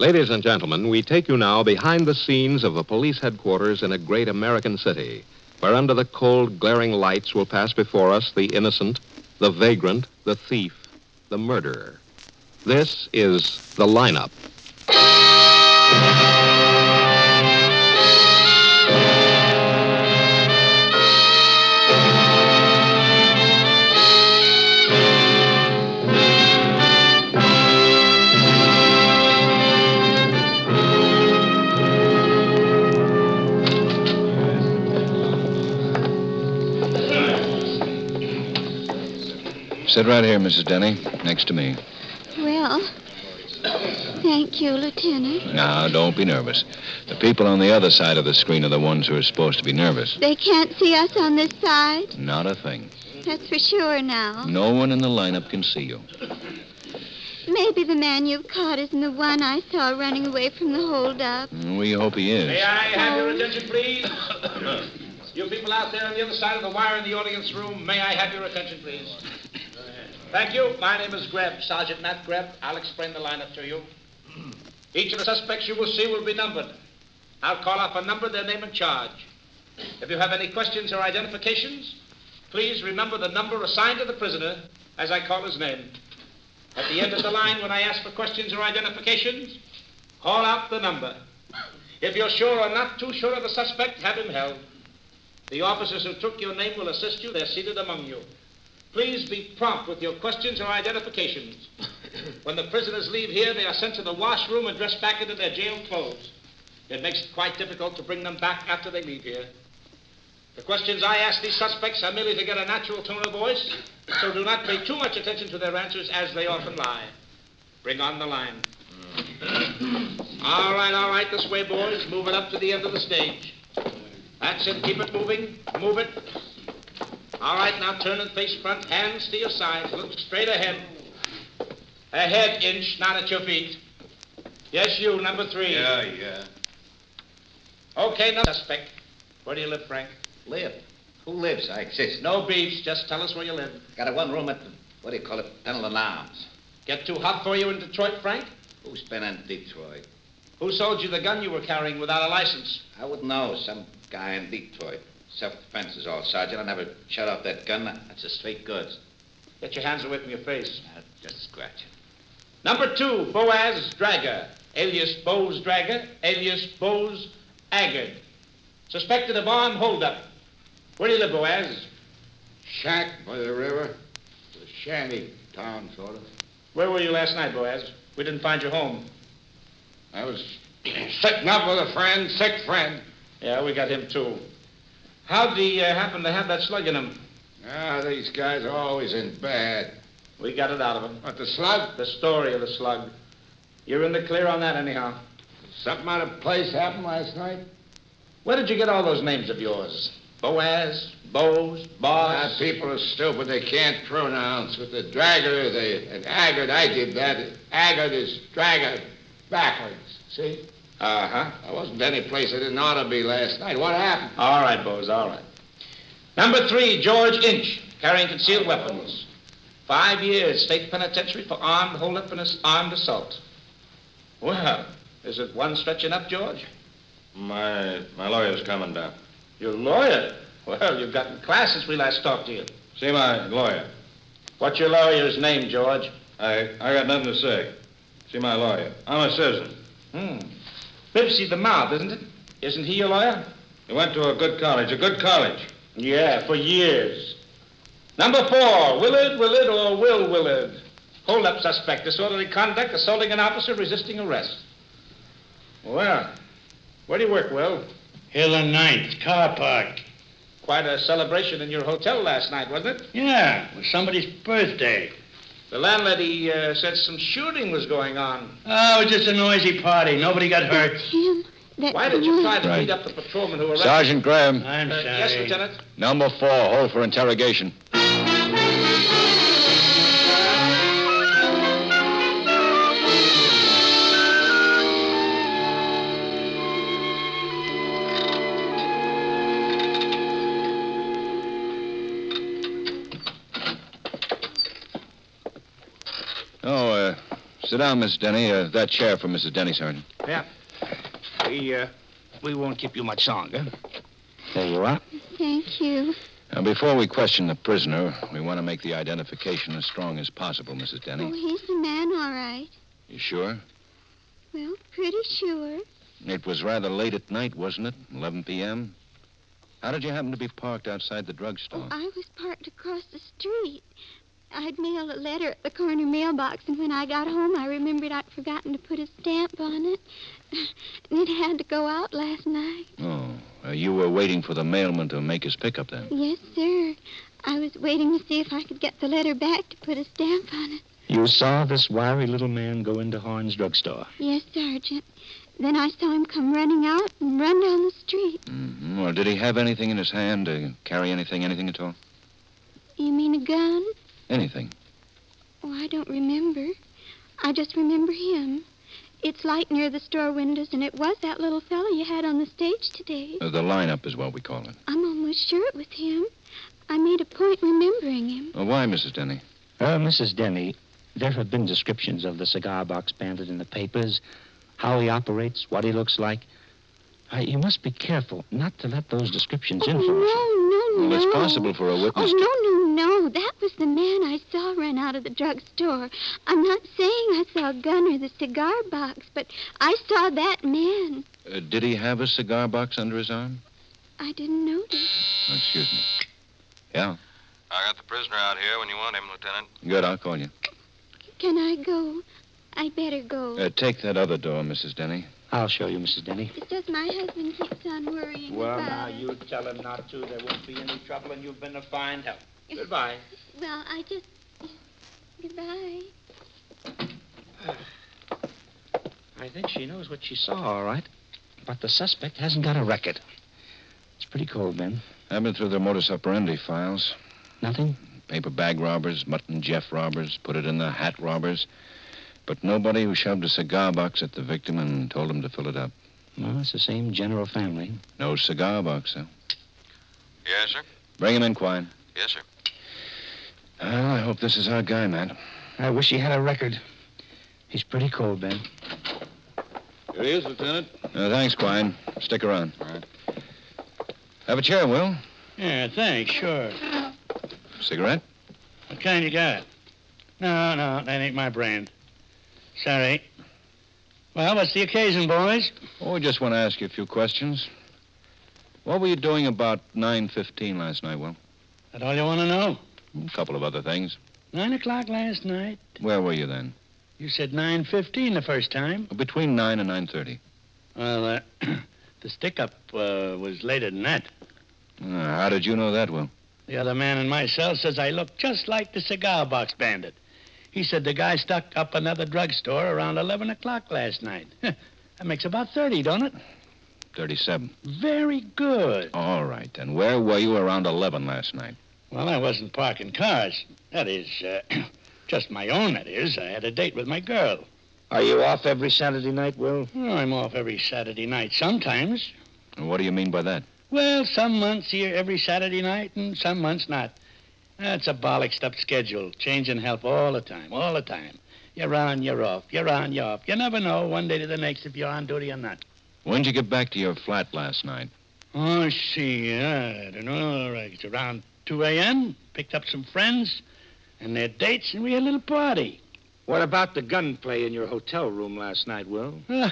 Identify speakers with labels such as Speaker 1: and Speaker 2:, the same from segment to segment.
Speaker 1: Ladies and gentlemen, we take you now behind the scenes of a police headquarters in a great American city, where under the cold, glaring lights will pass before us the innocent, the vagrant, the thief, the murderer. This is The Lineup.
Speaker 2: Sit right here, Mrs. Denny, next to me.
Speaker 3: Well, thank you, Lieutenant.
Speaker 2: Now, don't be nervous. The people on the other side of the screen are the ones who are supposed to be nervous.
Speaker 3: They can't see us on this side.
Speaker 2: Not a thing.
Speaker 3: That's for sure now.
Speaker 2: No one in the lineup can see you.
Speaker 3: Maybe the man you've caught isn't the one I saw running away from the holdup.
Speaker 2: We hope he
Speaker 4: May
Speaker 2: is.
Speaker 4: I have your attention, please? you people out there on the other side of the wire in the audience room, may I have your attention, please? Thank you. My name is Greb, Sergeant Matt Greb. I'll explain the lineup to you. Each of the suspects you will see will be numbered. I'll call off a number, their name, and charge. If you have any questions or identifications, please remember the number assigned to the prisoner as I call his name. At the end of the line, when I ask for questions or identifications, call out the number. If you're sure or not too sure of the suspect, have him held. The officers who took your name will assist you. They're seated among you. Please be prompt with your questions or identifications. when the prisoners leave here, they are sent to the washroom and dressed back into their jail clothes. It makes it quite difficult to bring them back after they leave here. The questions I ask these suspects are merely to get a natural tone of voice, so do not pay too much attention to their answers as they often lie. Bring on the line. All right, all right, this way, boys. Move it up to the end of the stage. That's it. Keep it moving. Move it. All right, now turn and face front. Hands to your sides. Look straight ahead. Ahead, inch, not at your feet. Yes, you, number three.
Speaker 5: Yeah, yeah.
Speaker 4: Okay, now, suspect. Where do you live, Frank?
Speaker 5: Live. Who lives? I exist. No.
Speaker 4: No beefs. Just tell us where you live.
Speaker 5: Got a one room at the, what do you call it, Pendleton Arms.
Speaker 4: Get too hot for you in Detroit, Frank?
Speaker 5: Who's been in Detroit?
Speaker 4: Who sold you the gun you were carrying without a license?
Speaker 5: I wouldn't know. Some guy in Detroit. Self-defense is all, Sergeant. I never shut off that gun. That's a straight goods.
Speaker 4: Get your hands away from your face.
Speaker 5: I'll just scratch it.
Speaker 4: Number two, Boaz Dragger, alias Bose Dragger, alias Bose Aggard. Suspected of armed holdup. Where do you live, Boaz?
Speaker 6: shack by the river. It's a shanty town, sort of.
Speaker 4: Where were you last night, Boaz? We didn't find your home.
Speaker 6: I was sitting up with a friend, sick friend.
Speaker 4: Yeah, we got him too. How'd he uh, happen to have that slug in him?
Speaker 6: Ah, these guys are always in bad.
Speaker 4: We got it out of him.
Speaker 6: What, the slug?
Speaker 4: The story of the slug. You're in the clear on that, anyhow.
Speaker 6: Something out of place happened last night?
Speaker 4: Where did you get all those names of yours? Boaz, Bose,
Speaker 6: Ah,
Speaker 4: Boss.
Speaker 6: people are stupid. They can't pronounce. With the dragger, they... And Haggard, I did that. Haggard is dragger backwards. See?
Speaker 4: Uh huh.
Speaker 6: I wasn't any place I didn't ought to be last night. What happened?
Speaker 4: All right, Bose, all right. Number three, George Inch, carrying concealed weapons. Five years, state penitentiary for armed holdup and ass- armed assault. Well, is it one stretching up, George?
Speaker 7: My my lawyer's coming down.
Speaker 4: Your lawyer? Well, you've gotten class since we last talked to you.
Speaker 7: See my lawyer.
Speaker 4: What's your lawyer's name, George?
Speaker 7: I I got nothing to say. See my lawyer. I'm a citizen.
Speaker 4: Hmm. Bibsy the Mouth, isn't it? Isn't he your lawyer?
Speaker 7: He went to a good college, a good college.
Speaker 4: Yeah, for years. Number four, Willard, Willard, or Will Willard. Hold up suspect, disorderly conduct, assaulting an officer, resisting arrest. Well, where do you work, Will?
Speaker 8: Hill and Ninth, car park.
Speaker 4: Quite a celebration in your hotel last night, wasn't it?
Speaker 8: Yeah, it was somebody's birthday.
Speaker 4: The landlady uh, said some shooting was going on.
Speaker 8: Oh, it was just a noisy party. Nobody got hurt.
Speaker 3: Tim, that
Speaker 4: Why did you try to
Speaker 2: Right.
Speaker 4: beat up the patrolman who arrested?
Speaker 2: Sergeant Graham,
Speaker 8: I'm
Speaker 4: Uh,
Speaker 8: sorry.
Speaker 4: yes, Lieutenant.
Speaker 2: number four, hold for interrogation. Oh, uh,
Speaker 1: Sit down, Miss Denny. Uh, that chair for Mrs. Denny, Sergeant.
Speaker 2: Yeah. We, uh, we won't keep you much longer.
Speaker 1: There you are.
Speaker 3: Thank you.
Speaker 1: Now, before we question the prisoner, we want to make the identification as strong as possible, Mrs.
Speaker 3: Oh,
Speaker 1: Denny.
Speaker 3: he's the man, all right.
Speaker 1: You sure?
Speaker 3: Well, pretty sure.
Speaker 1: It was rather late at night, wasn't it? 11 p.m. How did you happen to be parked outside the drugstore?
Speaker 3: I was parked across the street. I'd mailed a letter at the corner mailbox, and when I got home, I remembered I'd forgotten to put a stamp on it. And it had to go out last night.
Speaker 1: Oh, uh, you were waiting for the mailman to make his pickup then.
Speaker 3: Yes, sir. I was waiting to see if I could get the letter back to put a stamp on it.
Speaker 2: You saw this wiry little man go into Horn's drugstore.
Speaker 3: Yes, Sergeant. Then I saw him come running out and run down the street.
Speaker 1: hmm Well, did he have anything in his hand? Uh, carry anything, anything at all?
Speaker 3: You mean a gun?
Speaker 1: Anything.
Speaker 3: Oh, I don't remember. I just remember him. It's light near the store windows, and it was that little fellow you had on the stage today.
Speaker 1: Uh, the lineup is what we call it.
Speaker 3: I'm almost sure it was him. I made a point remembering him.
Speaker 1: Uh, why, Mrs. Denny?
Speaker 2: Uh, Mrs. Denny, there have been descriptions of the cigar box bandit in the papers, how he operates, what he looks like. Uh, you must be careful not to let those descriptions
Speaker 3: Oh,
Speaker 2: influence you.
Speaker 3: no, no, no.
Speaker 1: Well, it's possible for a
Speaker 3: Oh,
Speaker 1: witness to.
Speaker 3: no, no, no. That was the man I saw run out of the drugstore. I'm not saying I saw a gun or the cigar box, but I saw that man.
Speaker 1: Uh, did he have a cigar box under his arm?
Speaker 3: I didn't notice.
Speaker 1: Oh, excuse me. Yeah.
Speaker 9: I got the prisoner out here when you want him, Lieutenant.
Speaker 1: Good, I'll call you.
Speaker 3: Can I go? I better go.
Speaker 1: Uh, take that other door, Mrs. Denny.
Speaker 2: I'll show you, Mrs. Denny.
Speaker 3: It's just my husband keeps on worrying
Speaker 10: Well,
Speaker 3: about
Speaker 10: now
Speaker 3: it.
Speaker 10: you tell him not to. There won't be any trouble, and you've been a fine help. Goodbye.
Speaker 3: Well, I just. Goodbye.
Speaker 2: I think she knows what she saw, all right. But the suspect hasn't got a record. It's pretty cold, Ben.
Speaker 1: I've been through their modus operandi files.
Speaker 2: Nothing?
Speaker 1: Paper bag robbers, mutton Jeff robbers, put it in the hat robbers. But nobody who shoved a cigar box at the victim and told him to fill it up.
Speaker 2: Well, it's the same general family.
Speaker 1: No cigar box, though.
Speaker 9: Yes, sir.
Speaker 1: Bring him in, Quine.
Speaker 9: Yes, sir.
Speaker 1: Well, I hope this is our guy, Matt.
Speaker 2: I wish he had a record. He's pretty cold, Ben.
Speaker 1: Here he is, Lieutenant. Uh, thanks, Quine. Stick around. All right. Have a chair, Will.
Speaker 4: Yeah, thanks, sure.
Speaker 3: Uh,
Speaker 1: Cigarette?
Speaker 4: What kind you got? No, no, that ain't my brand. Sorry. Well, what's the occasion, boys?
Speaker 1: Oh, we just want to ask you a few questions. What were you doing about 9.15 last night, Will?
Speaker 4: That all you want to know?
Speaker 1: A couple of other things.
Speaker 4: Nine o'clock last night.
Speaker 1: Where were you then?
Speaker 4: You said nine fifteen the first time.
Speaker 1: Between 9 and 9.30.
Speaker 4: Well, uh, the stick-up uh, was later than that.
Speaker 1: Uh, how did you know that, Will?
Speaker 4: The other man and myself says I look just like the cigar box bandit. He said the guy stuck up another drugstore around 11 o'clock last night. that makes about 30, don't it?
Speaker 1: 37.
Speaker 4: Very good.
Speaker 1: All right, then. Where were you around 11 last night?
Speaker 4: Well, I wasn't parking cars. That is, uh, just my own, that is. I had a date with my girl.
Speaker 2: Are you off every Saturday night, Will?
Speaker 4: Well, I'm off every Saturday night sometimes.
Speaker 1: And What do you mean by that?
Speaker 4: Well, some months here every Saturday night and some months not. That's a bollocksed up schedule. Changing help all the time, all the time. You're on, you're off. You're on, you're off. You never know one day to the next if you're on duty or not.
Speaker 1: When'd you get back to your flat last night?
Speaker 4: Oh, see, I don't know. right, It's around 2 a.m. Picked up some friends and their dates, and we had a little party.
Speaker 2: What about the gunplay in your hotel room last night, Will?
Speaker 4: Oh,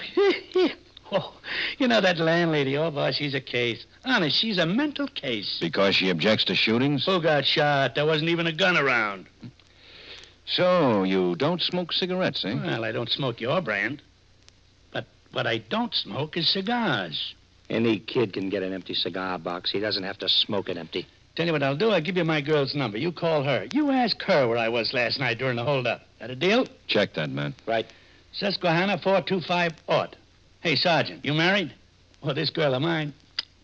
Speaker 4: you know that landlady over there, she's a case. Honest, she's a mental case.
Speaker 1: Because she objects to shootings?
Speaker 4: Who got shot? There wasn't even a gun around.
Speaker 1: So, you don't smoke cigarettes, eh?
Speaker 4: Well, I don't smoke your brand. But what I don't smoke is cigars.
Speaker 2: Any kid can get an empty cigar box. He doesn't have to smoke it empty.
Speaker 4: Tell you what I'll do. I'll give you my girl's number. You call her. You ask her where I was last night during the holdup. That a deal?
Speaker 1: Check that, man.
Speaker 4: Susquehanna 425 odd. Hey, Sergeant, you married? Well, this girl of mine,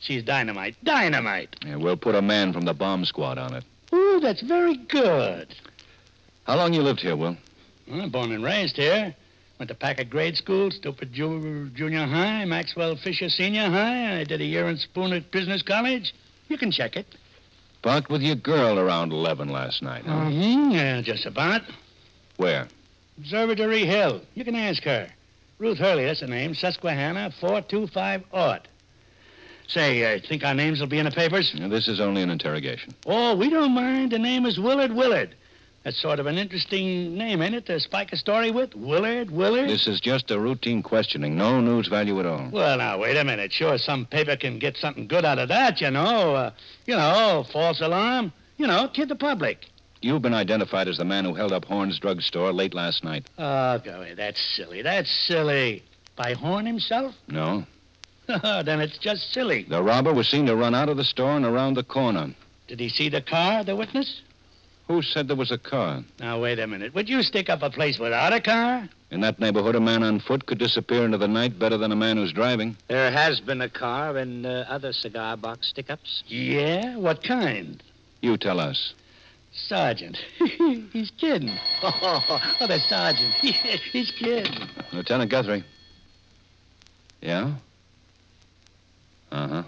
Speaker 4: she's dynamite. Dynamite!
Speaker 1: Yeah, we'll put a man from the bomb squad on it.
Speaker 4: Ooh, that's very good.
Speaker 1: How long you lived here, Will?
Speaker 4: Well, born and raised here. Went to Packard Grade School, Stupid Ju- Junior High, Maxwell Fisher Senior High. I did a year in Spoon at Business College. You can check it. Uh-huh.
Speaker 2: Mm.
Speaker 1: Parked with your girl around 11 last night, huh?
Speaker 4: Mm-hmm. Yeah, just about.
Speaker 1: Where?
Speaker 2: Observatory Hill. You can ask her. Ruth Hurley, that's her name. Susquehanna, 425 Ort. Say, uh, think our names will be in the papers?
Speaker 4: Now, this is only an interrogation.
Speaker 2: Oh, we don't mind. The name is Willard Willard. That's sort of an interesting name, ain't it, to spike a story with? Willard Willard?
Speaker 4: This is just a routine questioning. No news value at all.
Speaker 2: Well, now, wait a minute. Sure, some paper can get something good out of that, you know. Uh, you know, false alarm. You know, kid the public.
Speaker 4: You've been identified as the man who held up Horn's drugstore late last night.
Speaker 2: Oh, golly, that's silly. That's silly. By Horn himself?
Speaker 4: No.
Speaker 2: then it's just silly.
Speaker 4: The robber was seen to run out of the store and around the corner.
Speaker 2: Did he see the car, the witness?
Speaker 4: Who said there was a car?
Speaker 2: Now, wait a minute. Would you stick up a place without a car?
Speaker 4: In that neighborhood, a man on foot could disappear into the night better than a man who's driving.
Speaker 11: There has been a car and uh, other cigar box stick ups.
Speaker 2: Yeah? What kind?
Speaker 4: You tell us.
Speaker 2: Sergeant. He's kidding. Oh, the sergeant. He's kidding.
Speaker 4: Lieutenant Guthrie. Yeah? Uh huh.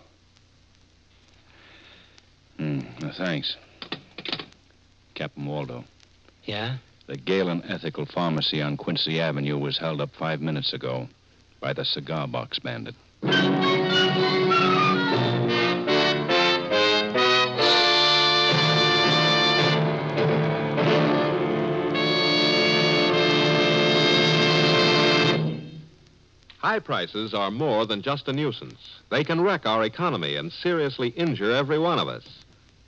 Speaker 4: Hmm, well, thanks. Captain Waldo.
Speaker 11: Yeah?
Speaker 4: The Galen Ethical Pharmacy on Quincy Avenue was held up five minutes ago by the cigar box bandit.
Speaker 1: High prices are more than just a nuisance. They can wreck our economy and seriously injure every one of us.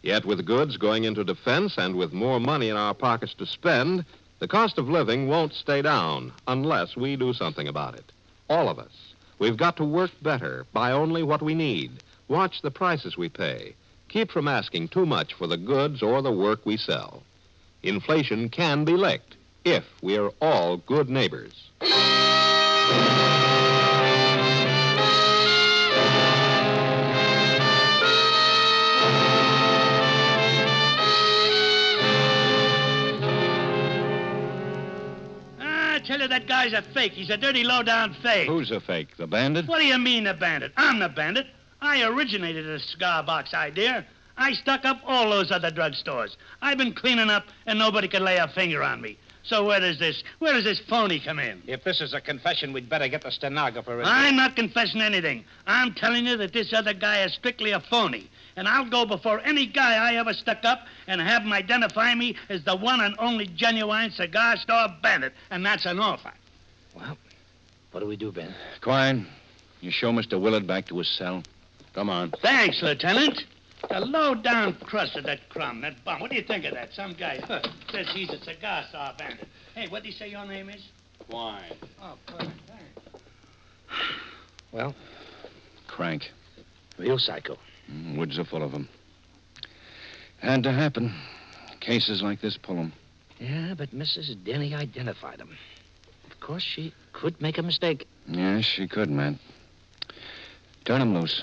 Speaker 1: Yet, with goods going into defense and with more money in our pockets to spend, the cost of living won't stay down unless we do something about it. All of us. We've got to work better, buy only what we need, watch the prices we pay, keep from asking too much for the goods or the work we sell. Inflation can be licked if we are all good neighbors.
Speaker 2: I Ah, tell you, that guy's a fake. He's a dirty, low-down fake.
Speaker 4: Who's a fake? The bandit?
Speaker 2: What do you mean, the bandit? I'm the bandit. I originated the cigar box idea. I stuck up all those other drugstores. I've been cleaning up, and nobody could lay a finger on me. So where does this, where does this phony come in?
Speaker 12: If this is a confession, we'd better get the stenographer in.
Speaker 2: I'm not confessing anything. I'm telling you that this other guy is strictly a phony. And I'll go before any guy I ever stuck up and have him identify me as the one and only genuine cigar store bandit. And that's an offer.
Speaker 11: Well, what do we do, Ben?
Speaker 4: Quine, you show Mr. Willard back to his cell. Come on.
Speaker 2: Thanks, Lieutenant. The low-down crust of that crumb, that bum. What do you think of that? Some guy huh, says he's a cigar store bandit. Hey, what'd he say your name is?
Speaker 4: Quine.
Speaker 2: Oh, perfect.
Speaker 11: Well,
Speaker 4: Crank.
Speaker 11: real psycho.
Speaker 4: Mm, Woods are full of 'em. Had to happen. Cases like this pull 'em.
Speaker 11: Yeah, but Mrs. Denny identified him. Of course, she could make a mistake.
Speaker 4: Yes, she could, Matt. Turn 'em loose.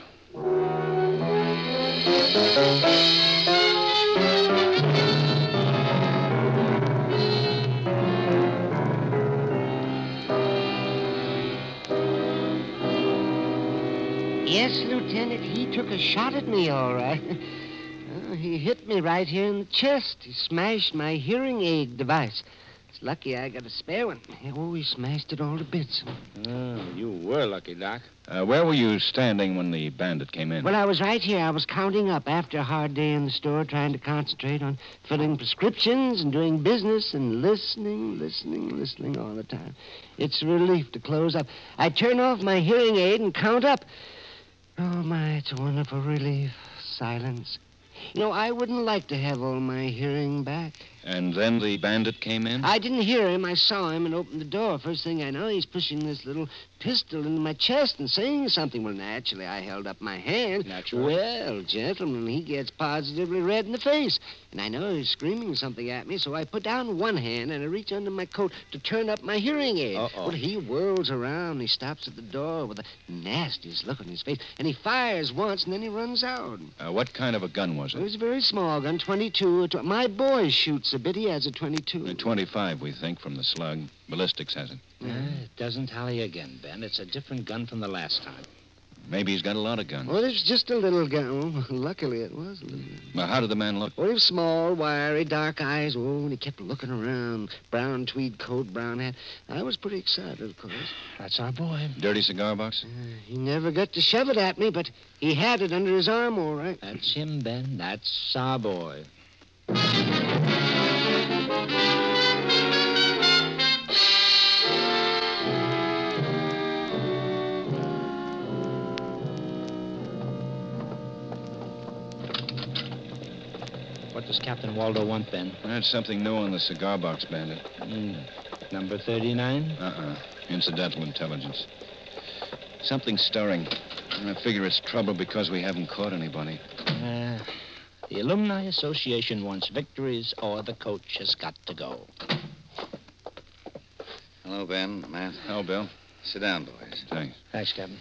Speaker 13: Yes, Lieutenant, he took a shot at me, all right. Uh, he hit me right here in the chest. He smashed my hearing aid device. It's lucky I got a spare one. Oh, he smashed it all to bits.
Speaker 4: Oh, you were lucky, Doc. Uh, where were you standing when the bandit came in?
Speaker 13: Well, I was right here. I was counting up after a hard day in the store, trying to concentrate on filling prescriptions and doing business and listening, listening, listening all the time. It's a relief to close up. I turn off my hearing aid and count up. Oh, my, it's a wonderful relief. Silence. You know, I wouldn't like to have all my hearing back.
Speaker 4: And then the bandit came in?
Speaker 11: Uh,
Speaker 13: I didn't hear him. I saw him and opened the door. First thing I know, he's pushing this little pistol into my chest and saying something. Well, naturally, I held up my hand.
Speaker 11: Naturally.
Speaker 13: Well, gentlemen, he gets positively red in the face. And I know he's screaming something at me, so I put down one hand and I reach under my coat to turn up my hearing aid.
Speaker 11: Uh-oh.
Speaker 13: Well, he whirls around. He stops at the door with the nastiest look on his face. And he fires once, and then he runs out.
Speaker 4: Uh, what kind of a gun was
Speaker 13: It
Speaker 4: it?
Speaker 13: was a very small gun, 22. or tw- My boy shoots a bit. He has a 22.
Speaker 4: A 25, we think, from the slug. Ballistics has it.
Speaker 13: Mm-hmm.
Speaker 11: Eh, it doesn't tally again, Ben. It's a different gun from the last time.
Speaker 4: Maybe he's got a lot of guns.
Speaker 13: Well, it was just a little gun. Luckily, it was a little gun.
Speaker 4: Now, how did the man look?
Speaker 13: Well, he was small, wiry, dark eyes. Oh, and he kept looking around. Brown tweed coat, brown hat. I was pretty excited, of course. Uh,
Speaker 11: That's our boy.
Speaker 4: Dirty cigar box?
Speaker 13: He never got to shove it at me, but he had it under his arm, all right.
Speaker 11: That's him, Ben. That's our boy. What does Captain Waldo want, Ben? Hmm.
Speaker 4: That's something new on the cigar box, Bandit.
Speaker 11: Number 39?
Speaker 4: Uh-uh. Incidental intelligence. Something stirring. And I figure it's trouble because we haven't caught anybody.
Speaker 11: Uh, the Alumni Association wants victories, or the coach has got to go.
Speaker 5: Hello, Ben, Matt.
Speaker 4: Hello, Bill.
Speaker 5: Sit down, boys.
Speaker 4: Thanks.
Speaker 11: Thanks, Captain.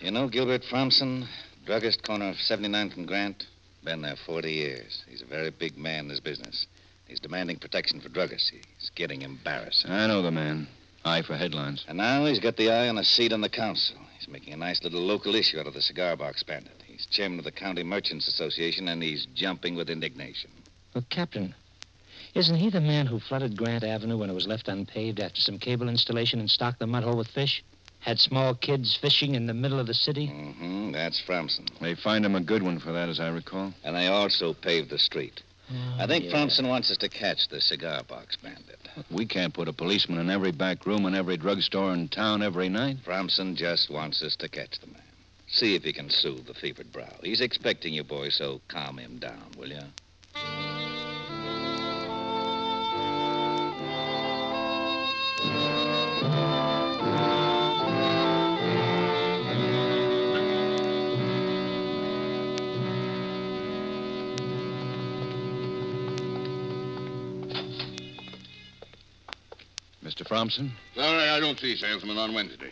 Speaker 5: You know Gilbert Thompson, druggist, corner of 79th and Grant? Been there 40 years. He's a very big man in this business. He's demanding protection for druggists. He's getting embarrassing.
Speaker 4: I know the man. Eye for headlines.
Speaker 5: And now he's got the eye on a seat on the council. He's making a nice little local issue out of the cigar box bandit. He's chairman of the County Merchants Association, and he's jumping with indignation.
Speaker 11: Well, Captain, isn't he the man who flooded Grant Avenue when it was left unpaved after some cable installation and stocked the mud hole with fish? Had small kids fishing in the middle of the city?
Speaker 5: Mm-hmm. That's Fromson.
Speaker 4: They fined him a good one for that, as I recall.
Speaker 5: And they also paved the street. I think
Speaker 11: yeah.
Speaker 5: Thompson wants us to catch the cigar box bandit.
Speaker 4: We can't put a policeman in every back room and every drugstore in town every night.
Speaker 5: Fromson just wants us to catch the man. See if he can soothe the fevered brow. He's expecting you, boy, so calm him down, will you?
Speaker 4: Mr. Fromson?
Speaker 14: Sorry, I don't see salesmen on Wednesday.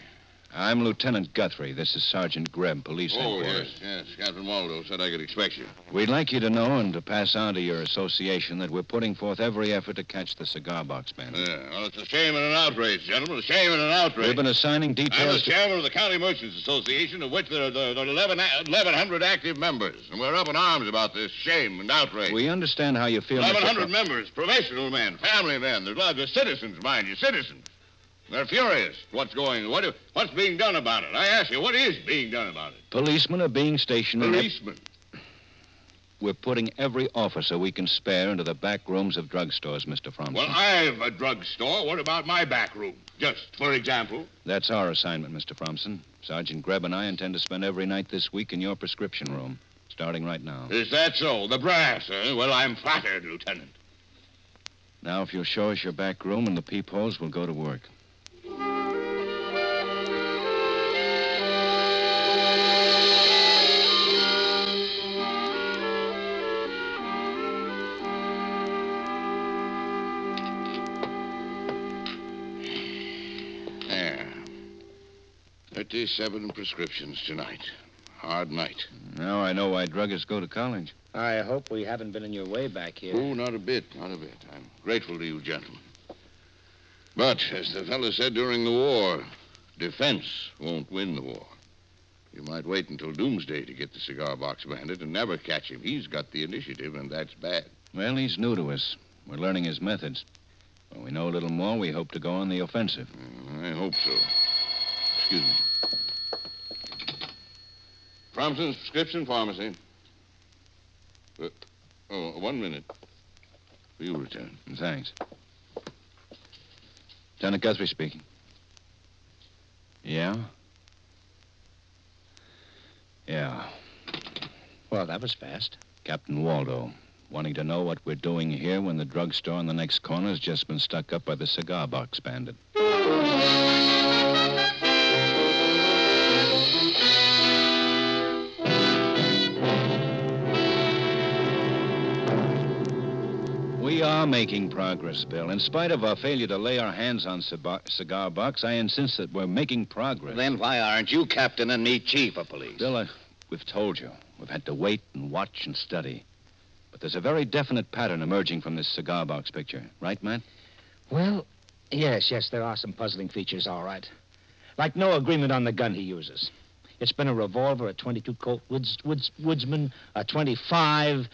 Speaker 4: I'm Lieutenant Guthrie. This is Sergeant Greb, police
Speaker 14: Oh,
Speaker 4: headquarters.
Speaker 14: yes, yes. Captain Waldo said I could expect you.
Speaker 4: We'd like you to know and to pass on to your association that we're putting forth every effort to catch the cigar box man.
Speaker 14: Yeah, well, it's a shame and an outrage, gentlemen. A shame and an outrage.
Speaker 4: We've been assigning
Speaker 14: I'm the
Speaker 4: details to...
Speaker 14: chairman of the County Merchants Association, of which there are, there are 11, a- 1,100 active members. And we're up in arms about this shame and outrage.
Speaker 4: We understand how you feel, Mr.
Speaker 14: 1,100
Speaker 4: Fro-
Speaker 14: members, professional men, family men. There's lots of citizens, mind you, citizens. They're furious. What's going What, what's being done about it? I ask you, what is being done about it?
Speaker 4: Policemen are being stationed... in ev-
Speaker 14: Policemen.
Speaker 4: We're putting every officer we can spare into the back rooms of drugstores, Mr. Fromson.
Speaker 14: Well, I've a drugstore. What about my back room? Just for example.
Speaker 4: That's our assignment, Mr. Fromson. Sergeant Greb and I intend to spend every night this week in your prescription room, starting right now.
Speaker 14: Is that so? The brass, eh? Well, I'm flattered, Lieutenant.
Speaker 4: Now, if you'll show us your back room and the peepholes, we'll go to work.
Speaker 14: There. 37 prescriptions tonight. Hard night.
Speaker 4: Now I know why druggists go to college.
Speaker 11: I hope we haven't been in your way back here.
Speaker 14: Oh, not a bit, not a bit. I'm grateful to you, gentlemen. But, as the fellow said during the war, defense won't win the war. You might wait until doomsday to get the cigar box bandit and never catch him. He's got the initiative, and that's bad.
Speaker 4: Well, he's new to us. We're learning his methods. When we know a little more, we hope to go on the offensive.
Speaker 14: I hope so. Excuse me. Thompson's Prescription Pharmacy. Uh, oh, one minute. For you, Lieutenant.
Speaker 4: Thanks. Lieutenant Guthrie speaking. Yeah? Yeah.
Speaker 11: Well, that was fast.
Speaker 4: Captain Waldo, wanting to know what we're doing here when the drugstore on the next corner has just been stuck up by the cigar box bandit. We are making progress, Bill. In spite of our failure to lay our hands on cigar, cigar box, I insist that we're making progress.
Speaker 5: Then why aren't you captain and me chief of police?
Speaker 4: Bill, I, we've told you. We've had to wait and watch and study. But there's a very definite pattern emerging from this cigar box picture. Right, Matt?
Speaker 11: Well, yes, yes, there are some puzzling features, all right. Like no agreement on the gun he uses.
Speaker 13: It's been a revolver, a 22 Colt woods, woods, Woodsman, a 25.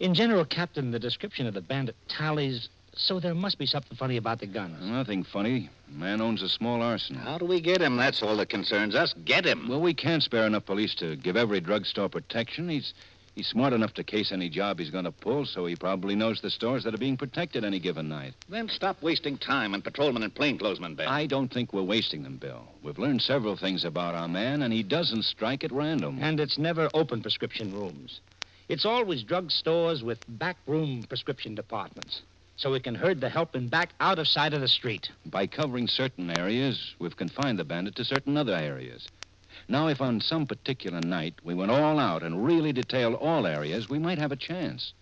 Speaker 13: In general, Captain, the description of the bandit tallies, so there must be something funny about the gun.
Speaker 4: Nothing funny. Man owns a small arsenal.
Speaker 15: How do we get him? That's all that concerns us. Get him.
Speaker 4: Well, we can't spare enough police to give every drugstore protection. He's he's smart enough to case any job he's going to pull, so he probably knows the stores that are being protected any given night.
Speaker 15: Then stop wasting time on patrolmen and plainclothesmen, Ben.
Speaker 4: I don't think we're wasting them, Bill. We've learned several things about our man, and he doesn't strike at random.
Speaker 13: And it's never open prescription rooms. It's always drug stores with backroom prescription departments, so we can herd the helping back out of sight of the street.
Speaker 4: By covering certain areas, we've confined the bandit to certain other areas. Now, if on some particular night we went all out and really detailed all areas, we might have a chance.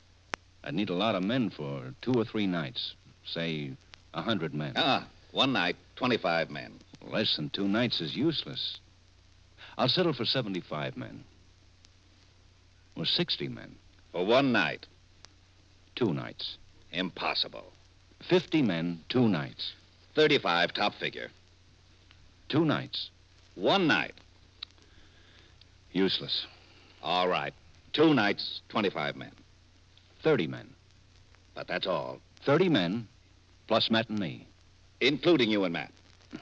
Speaker 4: I'd need a lot of men for two or three nights. Say, a hundred men.
Speaker 15: Ah, one night, 25 men.
Speaker 4: Less than two nights is useless. I'll settle for 75 men. Or 60 men.
Speaker 15: For one night.
Speaker 4: Two nights.
Speaker 15: Impossible.
Speaker 4: 50 men, two nights.
Speaker 15: 35, top figure.
Speaker 4: Two nights.
Speaker 15: One night.
Speaker 4: Useless.
Speaker 15: All right. Two nights, 25 men.
Speaker 4: 30 men.
Speaker 15: But that's all,
Speaker 4: 30 men, plus Matt and me.
Speaker 15: including you and Matt.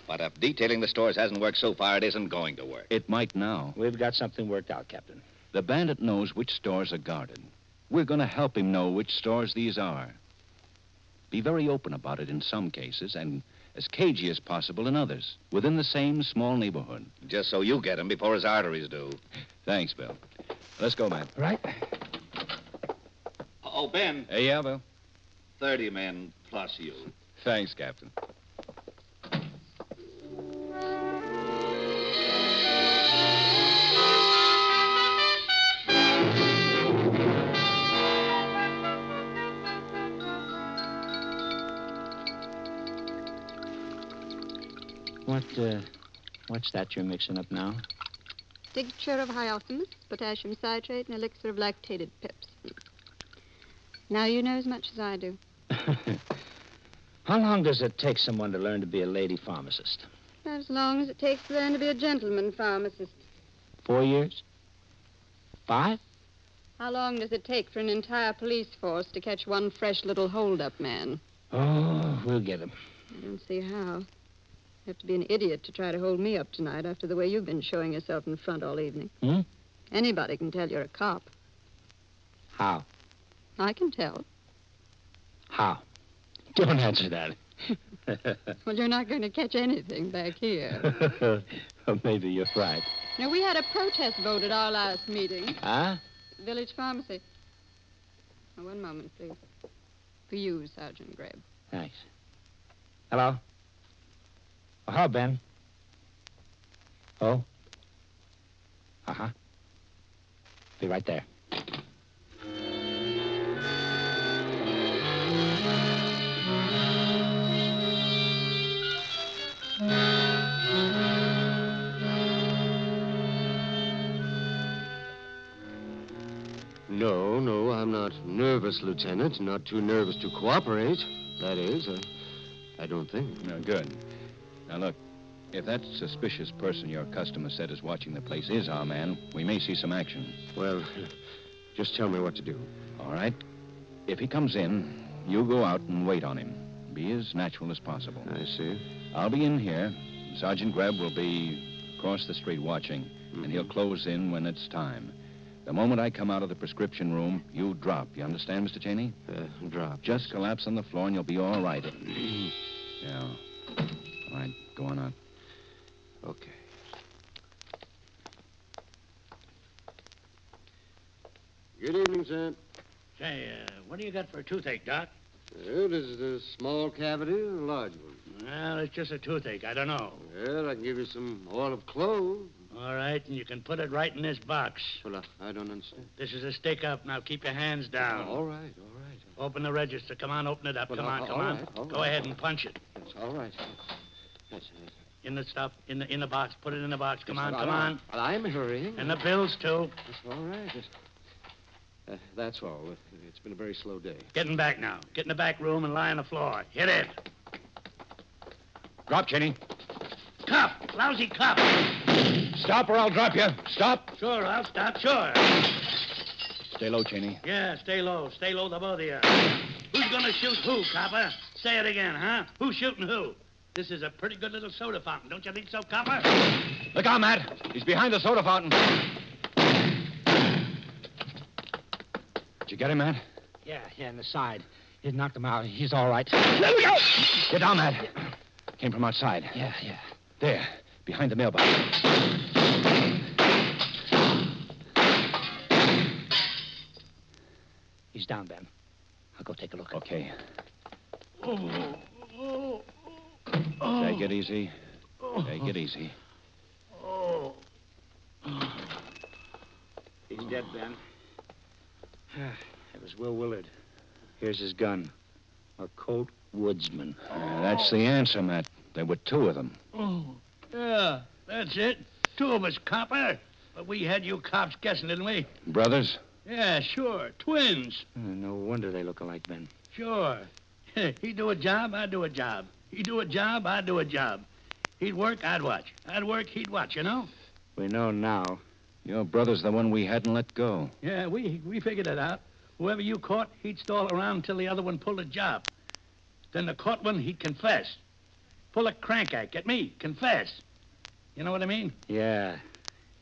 Speaker 15: But if detailing the stores hasn't worked so far, it isn't going to work.
Speaker 4: It might now.
Speaker 13: We've got something worked out, Captain.
Speaker 4: The bandit knows which stores are guarded. We're going to help him know which stores these are. Be very open about it in some cases, and as cagey as possible in others, within the same small neighborhood.
Speaker 15: Just so you get him before his arteries do.
Speaker 4: Thanks, Bill. Let's go, Matt.
Speaker 13: Right?
Speaker 15: Oh, Ben,
Speaker 4: Uh, yeah, Bill.
Speaker 15: 30 men plus you.
Speaker 4: Thanks, Captain.
Speaker 13: What, uh, what's that you're mixing up now?
Speaker 3: Tincture of hyothemus, potassium citrate, and elixir of lactated pips. Now you know as much as I do.
Speaker 13: How long does it take someone to learn to be a lady pharmacist?
Speaker 3: As long as it takes for them to be a gentleman pharmacist.
Speaker 13: Four years? Five?
Speaker 3: How long does it take for an entire police force to catch one fresh little holdup man?
Speaker 13: Oh, we'll get him.
Speaker 3: I don't see how. You have to be an idiot to try to hold me up tonight after the way you've been showing yourself in front all evening.
Speaker 13: Hmm?
Speaker 3: Anybody can tell you're a cop.
Speaker 13: How?
Speaker 3: I can tell.
Speaker 13: How? Don't answer that.
Speaker 3: Well, you're not going to catch anything back here.
Speaker 13: Well, Maybe you're right.
Speaker 3: now, we had a protest vote at our last meeting.
Speaker 13: Huh?
Speaker 3: Village Pharmacy. Now, one moment, please. For you, Sergeant Greb.
Speaker 13: Thanks. Hello? Oh, hello, Ben. Oh? Uh huh. Be right there.
Speaker 1: No, no, I'm not nervous, Lieutenant. Not too nervous to cooperate. That is, uh, I don't think.
Speaker 4: No, good. Now, look, if that suspicious person your customer said is watching the place is our man, we may see some action.
Speaker 1: Well, just tell me what to do.
Speaker 4: All right. If he comes in, you go out and wait on him. Be as natural as possible.
Speaker 1: I see.
Speaker 4: I'll be in here. Sergeant Greb will be across the street watching,
Speaker 1: Mm-hmm.
Speaker 4: and he'll close in when it's time. The moment I come out of the prescription room, you drop. You understand, Mr. Cheney?
Speaker 1: Uh, drop.
Speaker 4: Just collapse on the floor and you'll be all right. yeah. All right, go on out.
Speaker 1: Okay. Good evening, sir.
Speaker 2: Say, uh, what do you got for a toothache, Doc?
Speaker 1: Well, is it a small cavity or a large one?
Speaker 2: Well, it's just a toothache. I don't know.
Speaker 1: Well, I can give you some oil of clove.
Speaker 2: All right, and you can put it right in this box.
Speaker 1: Well, I, I don't understand.
Speaker 2: This is a stick up. Now keep your hands down.
Speaker 1: All right, all right.
Speaker 2: Open the register. Come on, open it up.
Speaker 1: Well,
Speaker 2: come
Speaker 1: all-
Speaker 2: on, come
Speaker 1: all
Speaker 2: on.
Speaker 1: right, all
Speaker 2: Go
Speaker 1: right.
Speaker 2: ahead and punch it.
Speaker 1: Yes, all right. Yes, yes.
Speaker 2: In the stuff, in the in the box. Put it in the box. Come
Speaker 1: Yes,
Speaker 2: on,
Speaker 1: all
Speaker 2: come
Speaker 1: right.
Speaker 2: on.
Speaker 1: Well, I'm hurrying.
Speaker 2: And the bills too.
Speaker 1: Yes, all right. yes. Uh, that's all. Uh, It's been a very slow day.
Speaker 2: Get in back now. Get in the back room and lie on the floor. Hit it.
Speaker 4: Drop, Cheney.
Speaker 2: Cuff. Lousy cuff.
Speaker 16: Stop or I'll drop you. Stop.
Speaker 2: Sure, I'll stop. Sure.
Speaker 4: Stay low, Cheney.
Speaker 2: Yeah, stay low. Stay low, the both of you. Who's going to shoot who, Copper? Say it again, huh? Who's shooting who? This is a pretty good little soda fountain, don't you think so, Copper?
Speaker 16: Look out, Matt. He's behind the soda fountain.
Speaker 11: Did you get him, Matt?
Speaker 17: Yeah, yeah, in the side. He knocked him out. He's all right.
Speaker 11: Let me go! Get down, Matt. Came from outside.
Speaker 17: Yeah, yeah.
Speaker 11: There, behind the mailbox.
Speaker 17: He's down, Ben. I'll go take a look.
Speaker 4: Okay.
Speaker 2: Oh, oh,
Speaker 4: Take it easy. Take it easy.
Speaker 2: oh.
Speaker 17: He's dead, Ben. It was Will Willard. Here's his gun. A Colt Woodsman.
Speaker 4: Yeah, that's the answer, Matt. There were two of them.
Speaker 2: Oh, yeah, that's it. Two of us, Copper. But we had you cops guessing, didn't we?
Speaker 4: Brothers?
Speaker 2: Yeah, sure. Twins.
Speaker 13: Uh,
Speaker 17: No wonder they look alike, Ben.
Speaker 2: Sure. he do a job, I do a job. He do a job, I do a job. He'd work, I'd watch. I'd work, he'd watch, you know?
Speaker 4: We know now. Your brother's the one we hadn't let go.
Speaker 2: Yeah, we, we figured it out. Whoever you caught, he'd stall around till the other one pulled a job. Then the caught one, he'd confess. Pull a crank act at me, confess. You know what I mean?
Speaker 17: Yeah.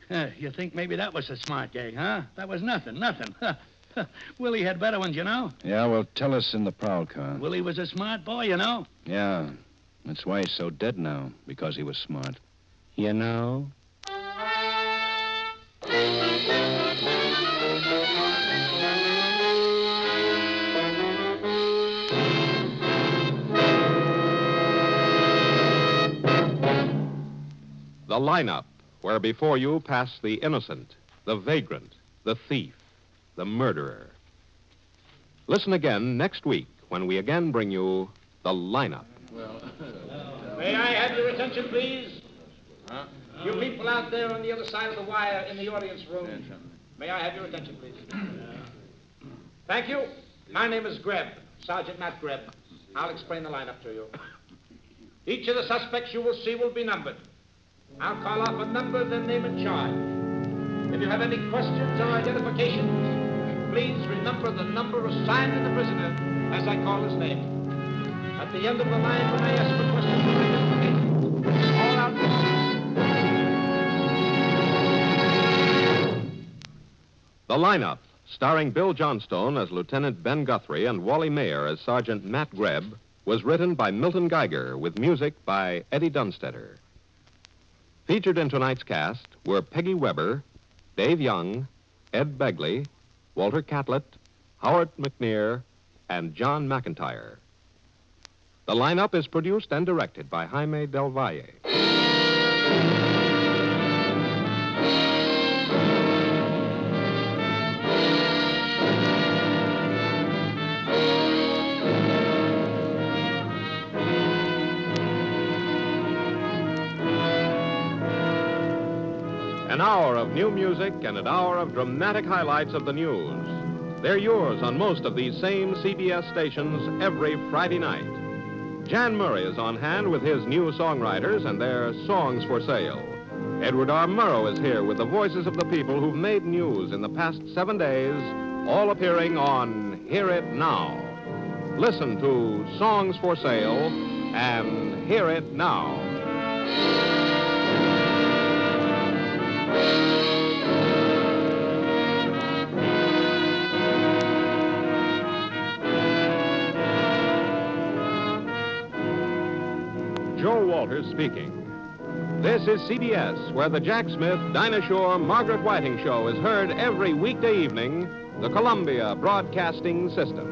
Speaker 2: Huh, you think maybe that was a smart gag, huh? That was nothing, nothing. Willie had better ones, you know?
Speaker 4: Yeah, well, tell us in the prowl car.
Speaker 2: Willie was a smart boy, you know?
Speaker 4: Yeah. That's why he's so dead now, because he was smart.
Speaker 11: You know?
Speaker 1: The lineup, where before you pass the innocent, the vagrant, the thief, the murderer. Listen again next week when we again bring you the lineup.
Speaker 18: May I have your attention, please? You people out there on the other side of the wire in the audience room, may I have your attention, please? Thank you. My name is Greb, Sergeant Matt Greb. I'll explain the lineup to you. Each of the suspects you will see will be numbered. I'll call off a number, then name and charge. If you have any questions or identifications, please remember the number assigned to the prisoner as I call his name. At the end of the line, when I ask for questions or identifications, call out
Speaker 1: The lineup, starring Bill Johnstone as Lieutenant Ben Guthrie and Wally Mayer as Sergeant Matt Greb, was written by Milton Geiger with music by Eddie Dunstetter. Featured in tonight's cast were Peggy Weber, Dave Young, Ed Begley, Walter Catlett, Howard McNear, and John McIntyre. The lineup is produced and directed by Jaime Del Valle. An hour of new music and an hour of dramatic highlights of the news. They're yours on most of these same CBS stations every Friday night. Jan Murray is on hand with his new songwriters and their songs for sale. Edward R. Murrow is here with the voices of the people who've made news in the past seven days, all appearing on Hear It Now. Listen to Songs for Sale and Hear It Now. Joe Walters speaking. This is CBS, where the Jack Smith, Dinah Shore, Margaret Whiting show is heard every weekday evening, the Columbia Broadcasting System.